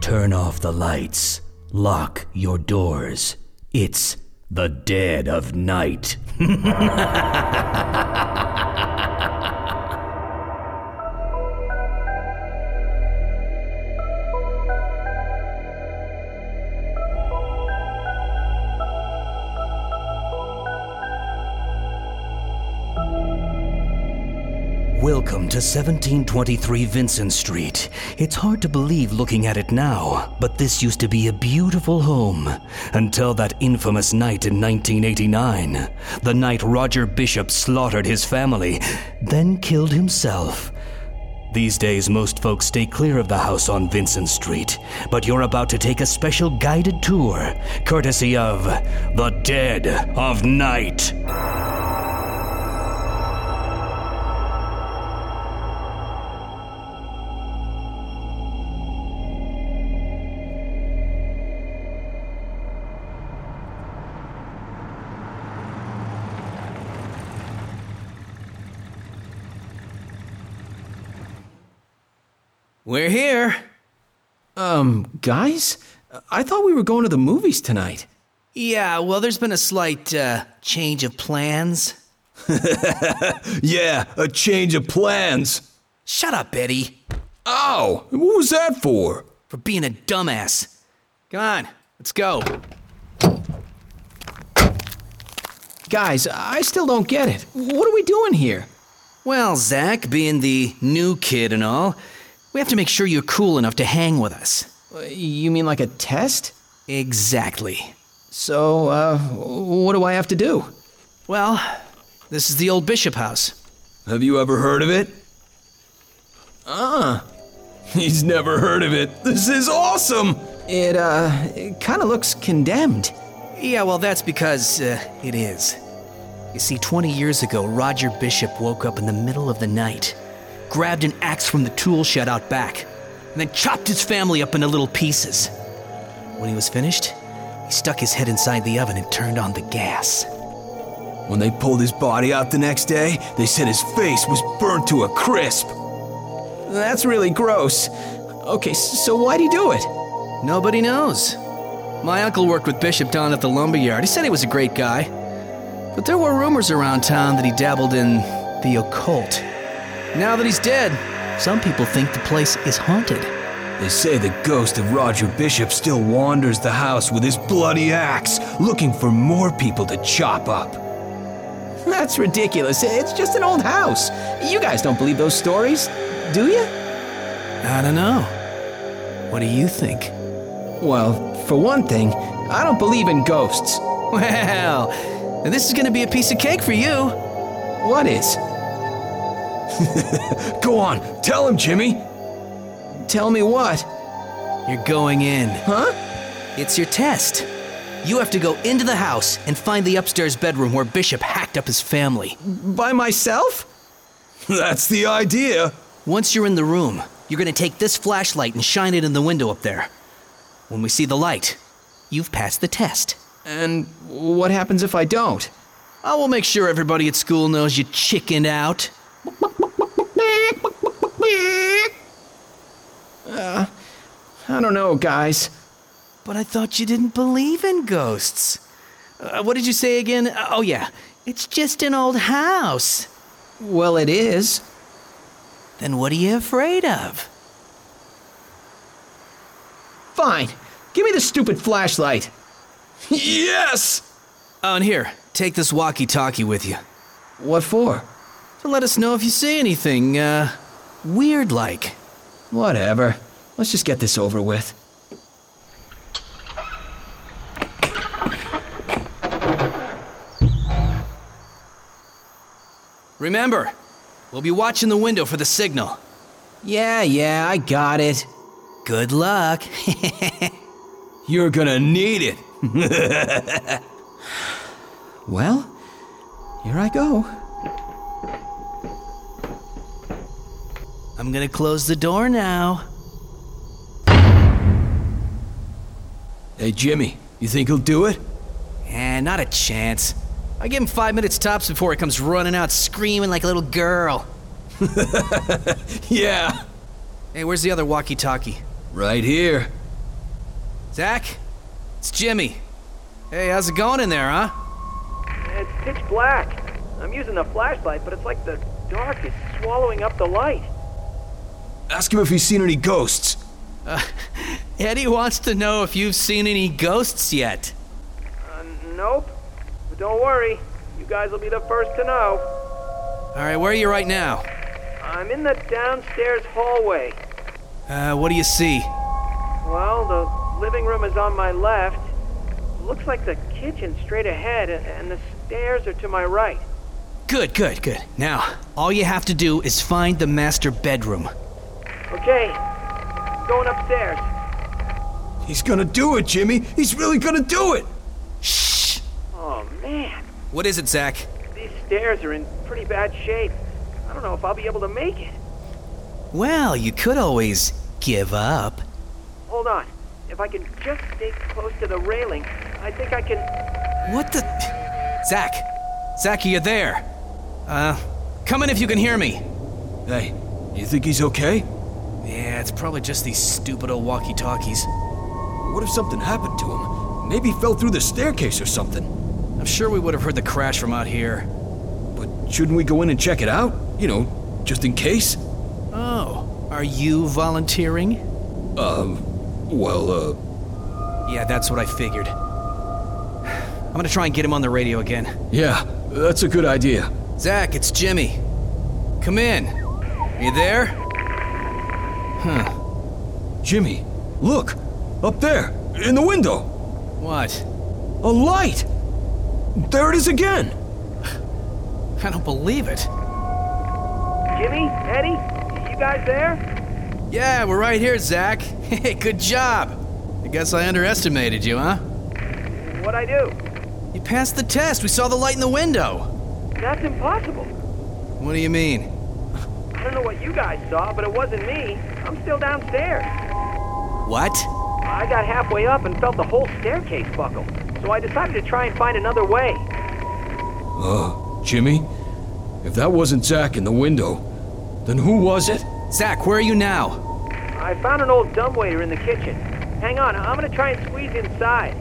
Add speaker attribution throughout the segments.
Speaker 1: Turn off the lights. Lock your doors. It's the dead of night. Welcome to 1723 Vincent Street. It's hard to believe looking at it now, but this used to be a beautiful home until that infamous night in 1989. The night Roger Bishop slaughtered his family, then killed himself. These days, most folks stay clear of the house on Vincent Street, but you're about to take a special guided tour, courtesy of The Dead of Night.
Speaker 2: We're here.
Speaker 3: Um, guys, I thought we were going to the movies tonight.
Speaker 2: Yeah, well, there's been a slight uh, change of plans.
Speaker 3: Yeah, a change of plans.
Speaker 2: Shut up, Eddie,
Speaker 3: Ow! What was that for?
Speaker 2: for being a dumbass. Come on, let's go.
Speaker 3: Guys, I still don't get it. What are we doing here?
Speaker 2: Well, Zach, being the new kid and all, we have to make sure you're cool enough to hang with us.
Speaker 3: Uh, You mean like a test?
Speaker 2: Exactly.
Speaker 3: So, uh, what do I have to do?
Speaker 2: Well, this is the old Bishop house.
Speaker 3: Have you ever heard of it? Uh. He's never heard of it. This is awesome! It, uh, it kind of looks condemned.
Speaker 2: Yeah, well, that's because uh, it is. You see, 20 years ago, Roger Bishop woke up in the middle of the night, grabbed an axe from the tool shed out back, and then chopped his family up into little pieces. When he was finished, he stuck his head inside the oven and turned on the gas.
Speaker 3: When they pulled his body out the next day, they said his face was burnt to a crisp. That's really gross. Okay, s- so why'd he do it?
Speaker 2: Nobody knows. My uncle worked with Bishop down at the lumberyard. He said he was a great guy. But there were rumors around town that he dabbled in the occult. Now that he's dead, some people think the place is haunted.
Speaker 3: They say the ghost of Roger Bishop still wanders the house with his bloody axe, looking for more people to chop up. That's ridiculous. It's just an old house. You guys don't believe those stories, do you?
Speaker 2: I don't know. What do you think?
Speaker 3: Well, for one thing, I don't believe in ghosts.
Speaker 2: Well, this is going to be a piece of cake for you.
Speaker 3: What is? Go on, tell him, Jimmy. Tell me what?
Speaker 2: You're going in.
Speaker 3: Huh?
Speaker 2: It's your test. You have to go into the house and find the upstairs bedroom where Bishop hacked up his family.
Speaker 3: By myself? That's the idea.
Speaker 2: Once you're in the room, you're going to take this flashlight and shine it in the window up there. When we see the light, you've passed the test.
Speaker 3: And what happens if I don't?
Speaker 2: I will make sure everybody at school knows you chickened out.
Speaker 3: Uh, I don't know, guys.
Speaker 2: But I thought you didn't believe in ghosts. Uh, what did you say again? Uh, oh, yeah. It's just an old house.
Speaker 3: Well, it is.
Speaker 2: Then what are you afraid of?
Speaker 3: Fine. Give me the stupid flashlight. Yes!
Speaker 2: Oh, and here, take this walkie talkie with you.
Speaker 3: What for?
Speaker 2: To let us know if you see anything, uh, weird like.
Speaker 3: Whatever. Let's just get this over with.
Speaker 2: Remember, we'll be watching the window for the signal.
Speaker 3: Yeah, yeah, I got it.
Speaker 2: Good luck.
Speaker 3: You're gonna need it. well, here I go.
Speaker 2: I'm gonna close the door now.
Speaker 3: Hey, Jimmy, you think he'll do it?
Speaker 2: Eh, not a chance. I give him five minutes tops before he comes running out screaming like a little girl.
Speaker 3: Yeah.
Speaker 2: Hey, where's the other walkie talkie?
Speaker 3: Right here.
Speaker 2: Zach? It's Jimmy. Hey, how's it going in there, huh?
Speaker 4: It's pitch black. I'm using the flashlight, but it's like the dark is swallowing up the light.
Speaker 3: Ask him if he's seen any ghosts.
Speaker 2: Uh, Eddie wants to know if you've seen any ghosts yet.
Speaker 4: Uh, nope. But don't worry, you guys will be the first to know.
Speaker 2: All right, where are you right now?
Speaker 4: I'm in the downstairs hallway.
Speaker 2: Uh, what do you see?
Speaker 4: Well, the living room is on my left. Looks like the kitchen straight ahead, a- and the stairs are to my right.
Speaker 2: Good, good, good. Now, all you have to do is find the master bedroom.
Speaker 4: Okay, going upstairs.
Speaker 3: He's gonna do it, Jimmy. He's really gonna do it.
Speaker 2: Shh!
Speaker 4: Oh man,
Speaker 2: What is it, Zach?
Speaker 4: these stairs are in pretty bad shape. I don't know if I'll be able to make it.
Speaker 2: Well, you could always give up.
Speaker 4: Hold on. If I can just stay close to the railing, I think I can.
Speaker 2: What the? Zach! Zach, are you there? Uh, come in if you can hear me.
Speaker 3: Hey, you think he's okay?
Speaker 2: Yeah, it's probably just these stupid old walkie talkies.
Speaker 3: What if something happened to him? Maybe he fell through the staircase or something.
Speaker 2: I'm sure we would have heard the crash from out here.
Speaker 3: But shouldn't we go in and check it out? You know, just in case?
Speaker 2: Oh, are you volunteering?
Speaker 3: Um, well, uh,
Speaker 2: Yeah, that's what I figured. I'm gonna try and get him on the radio again.
Speaker 3: yeah, that's a good idea.
Speaker 2: Zach, it's Jimmy. Come in. Are you there? Huh.
Speaker 3: Jimmy, look! Up there, in the window!
Speaker 2: What?
Speaker 3: A light! There it is again!
Speaker 2: I don't believe it.
Speaker 4: Jimmy, Eddie, you guys there?
Speaker 2: Yeah, we're right here, Zach. Hey, good job. I guess I underestimated you, huh?
Speaker 4: What I do?
Speaker 2: You passed the test. We saw the light in the window.
Speaker 4: That's impossible.
Speaker 2: What do you mean?
Speaker 4: I don't know what you guys saw, but it wasn't me. I'm still downstairs.
Speaker 2: What?
Speaker 4: I got halfway up and felt the whole staircase buckle, so I decided to try and find another way.
Speaker 3: Oh, Jimmy? If that wasn't Zach in the window, then who was it?
Speaker 2: Zach, where are you now?
Speaker 4: I found an old dumbwaiter in the kitchen. Hang on, I'm gonna try and squeeze inside.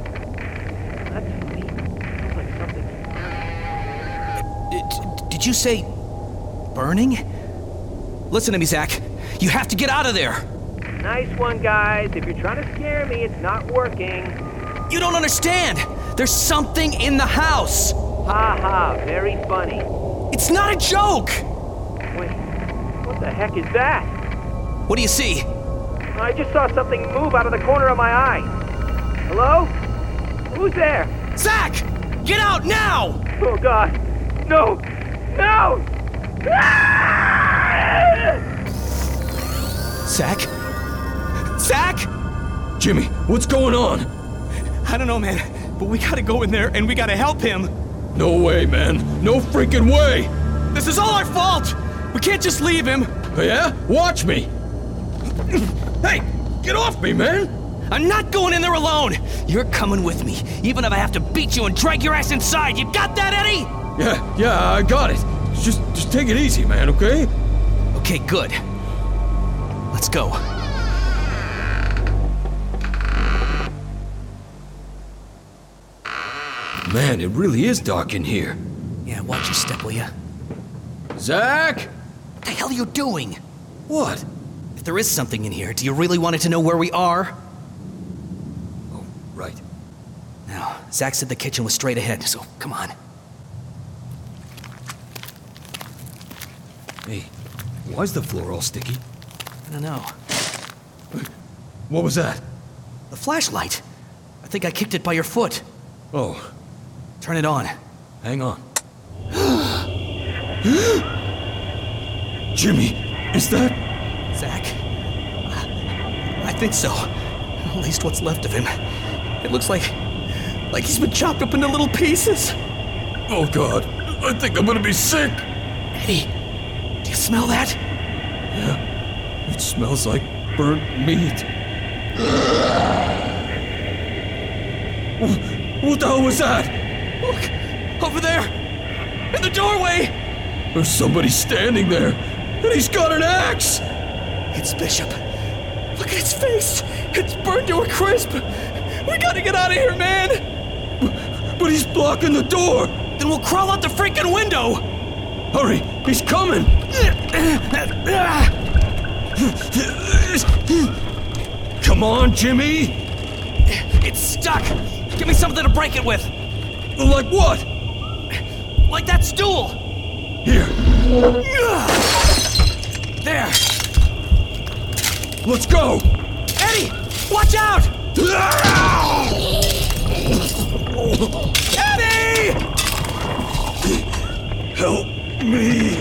Speaker 4: That's funny. Sounds like something.
Speaker 2: Uh, Did you say. burning? Listen to me, Zach. You have to get out of there.
Speaker 4: Nice one, guys. If you're trying to scare me, it's not working.
Speaker 2: You don't understand. There's something in the house.
Speaker 4: Ha ha, very funny.
Speaker 2: It's not a joke.
Speaker 4: Wait, what the heck is that?
Speaker 2: What do you see?
Speaker 4: I just saw something move out of the corner of my eye. Hello? Who's there?
Speaker 2: Zach, get out now!
Speaker 4: Oh God! No! No!
Speaker 2: Zach? Zach?
Speaker 3: Jimmy, what's going on?
Speaker 2: I don't know, man, but we gotta go in there and we gotta help him.
Speaker 3: No way, man. No freaking way!
Speaker 2: This is all our fault! We can't just leave him!
Speaker 3: Yeah? Watch me! hey, get off me, man!
Speaker 2: I'm not going in there alone! You're coming with me, even if I have to beat you and drag your ass inside. You got that, Eddie?
Speaker 3: Yeah, yeah, I got it. Just, just take it easy, man, okay?
Speaker 2: Okay, good. Let's go.
Speaker 3: Man, it really is dark in here.
Speaker 2: Yeah, watch your step, will ya?
Speaker 3: Zach?
Speaker 2: What the hell are you doing?
Speaker 3: What?
Speaker 2: If there is something in here, do you really want it to know where we are?
Speaker 3: Oh, right.
Speaker 2: No, Zach said the kitchen was straight ahead, so come on.
Speaker 3: Hey, why's the floor all sticky?
Speaker 2: I don't know.
Speaker 3: What was that?
Speaker 2: The flashlight. I think I kicked it by your foot.
Speaker 3: Oh,
Speaker 2: Turn it on.
Speaker 3: hang on. Jimmy, is that?
Speaker 2: Zach. I think so. At least what's left of him. It looks like. like he's been chopped up into little pieces.
Speaker 3: Oh God, I think I'm gonna be sick.
Speaker 2: Eddie, do you smell that?
Speaker 3: It smells like burnt meat. Wh- what the hell was that?
Speaker 2: Look! Over there! In the doorway!
Speaker 3: There's somebody standing there, and he's got an axe.
Speaker 2: It's Bishop. Look at his face! It's burned to a crisp! We gotta get out of here, man!
Speaker 5: But he's blocking the door!
Speaker 2: Then we'll crawl out the freaking window!
Speaker 5: Hurry! He's coming! Come on, Jimmy!
Speaker 2: It's stuck! Give me something to break it with!
Speaker 5: Like what?
Speaker 2: Like that stool!
Speaker 5: Here,
Speaker 2: There!
Speaker 5: let's go!
Speaker 2: Eddie! Watch out!
Speaker 5: Eddie! Help me!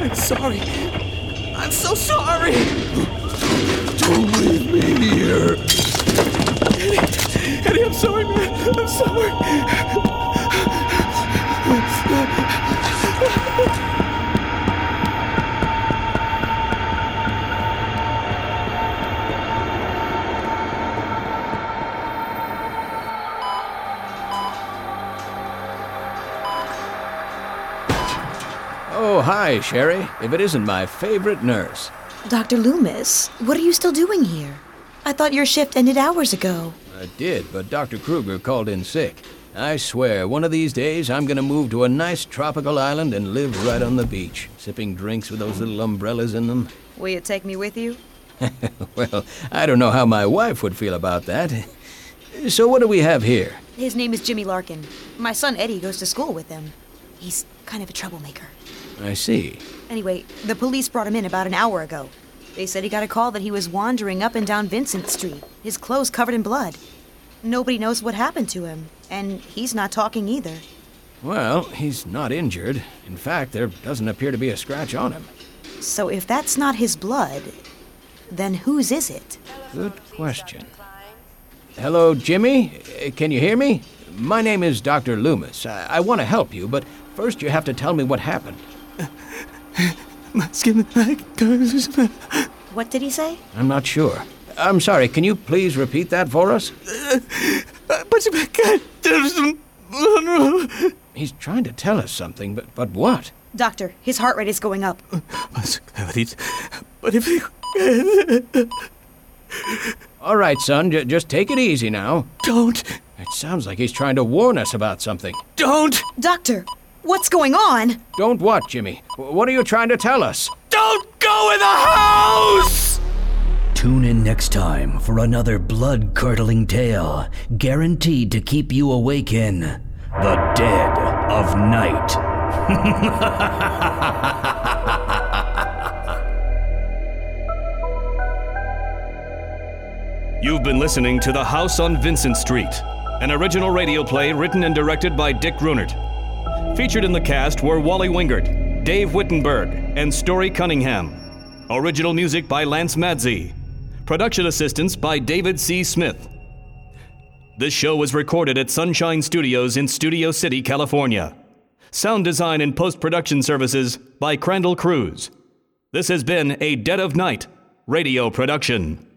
Speaker 2: I'm sorry. I'm so sorry!
Speaker 5: Don't leave me here!
Speaker 2: Eddie, I'm sorry, man. I'm sorry.
Speaker 3: Oh, hi, Sherry. If it isn't my favorite nurse.
Speaker 6: Dr. Loomis, what are you still doing here? I thought your shift ended hours ago.
Speaker 3: I did, but Dr. Kruger called in sick. I swear, one of these days I'm gonna move to a nice tropical island and live right on the beach, sipping drinks with those little umbrellas in them.
Speaker 6: Will you take me with you?
Speaker 3: Well, I don't know how my wife would feel about that. So, what do we have here?
Speaker 6: His name is Jimmy Larkin. My son Eddie goes to school with him. He's kind of a troublemaker.
Speaker 3: I see.
Speaker 6: Anyway, the police brought him in about an hour ago. They said he got a call that he was wandering up and down Vincent Street, his clothes covered in blood. Nobody knows what happened to him, and he's not talking either.
Speaker 3: Well, he's not injured. In fact, there doesn't appear to be a scratch on him.
Speaker 6: So if that's not his blood, then whose is it?
Speaker 3: Good question. Hello, Jimmy? Uh, Can you hear me? My name is Dr. Loomis. I, I want to help you, but first you have to tell me what happened.
Speaker 6: What did he say?
Speaker 3: I'm not sure. I'm sorry, can you please repeat that for us? He's trying to tell us something, but, but what?
Speaker 6: Doctor, his heart rate is going up.
Speaker 3: All right, son, j- just take it easy now.
Speaker 7: Don't,
Speaker 3: It sounds like he's trying to warn us about something.
Speaker 7: don't,
Speaker 6: Doctor, what's going on?
Speaker 3: Don't what, Jimmy? W- What are you trying to tell us?
Speaker 7: don't go in the house!
Speaker 8: Tune in next time for another blood curdling tale guaranteed to keep you awake in The Dead of Night.
Speaker 9: You've been listening to The House on Vincent Street, an original radio play written and directed by Dick Grunert. Featured in the cast were Wally Wingert, Dave Wittenberg, and Story Cunningham. Original music by Lance Madzi. Production assistance by David C. Smith. This show was recorded at Sunshine Studios in Studio City, California. Sound design and post production services by Crandall Cruz. This has been a Dead of Night radio production.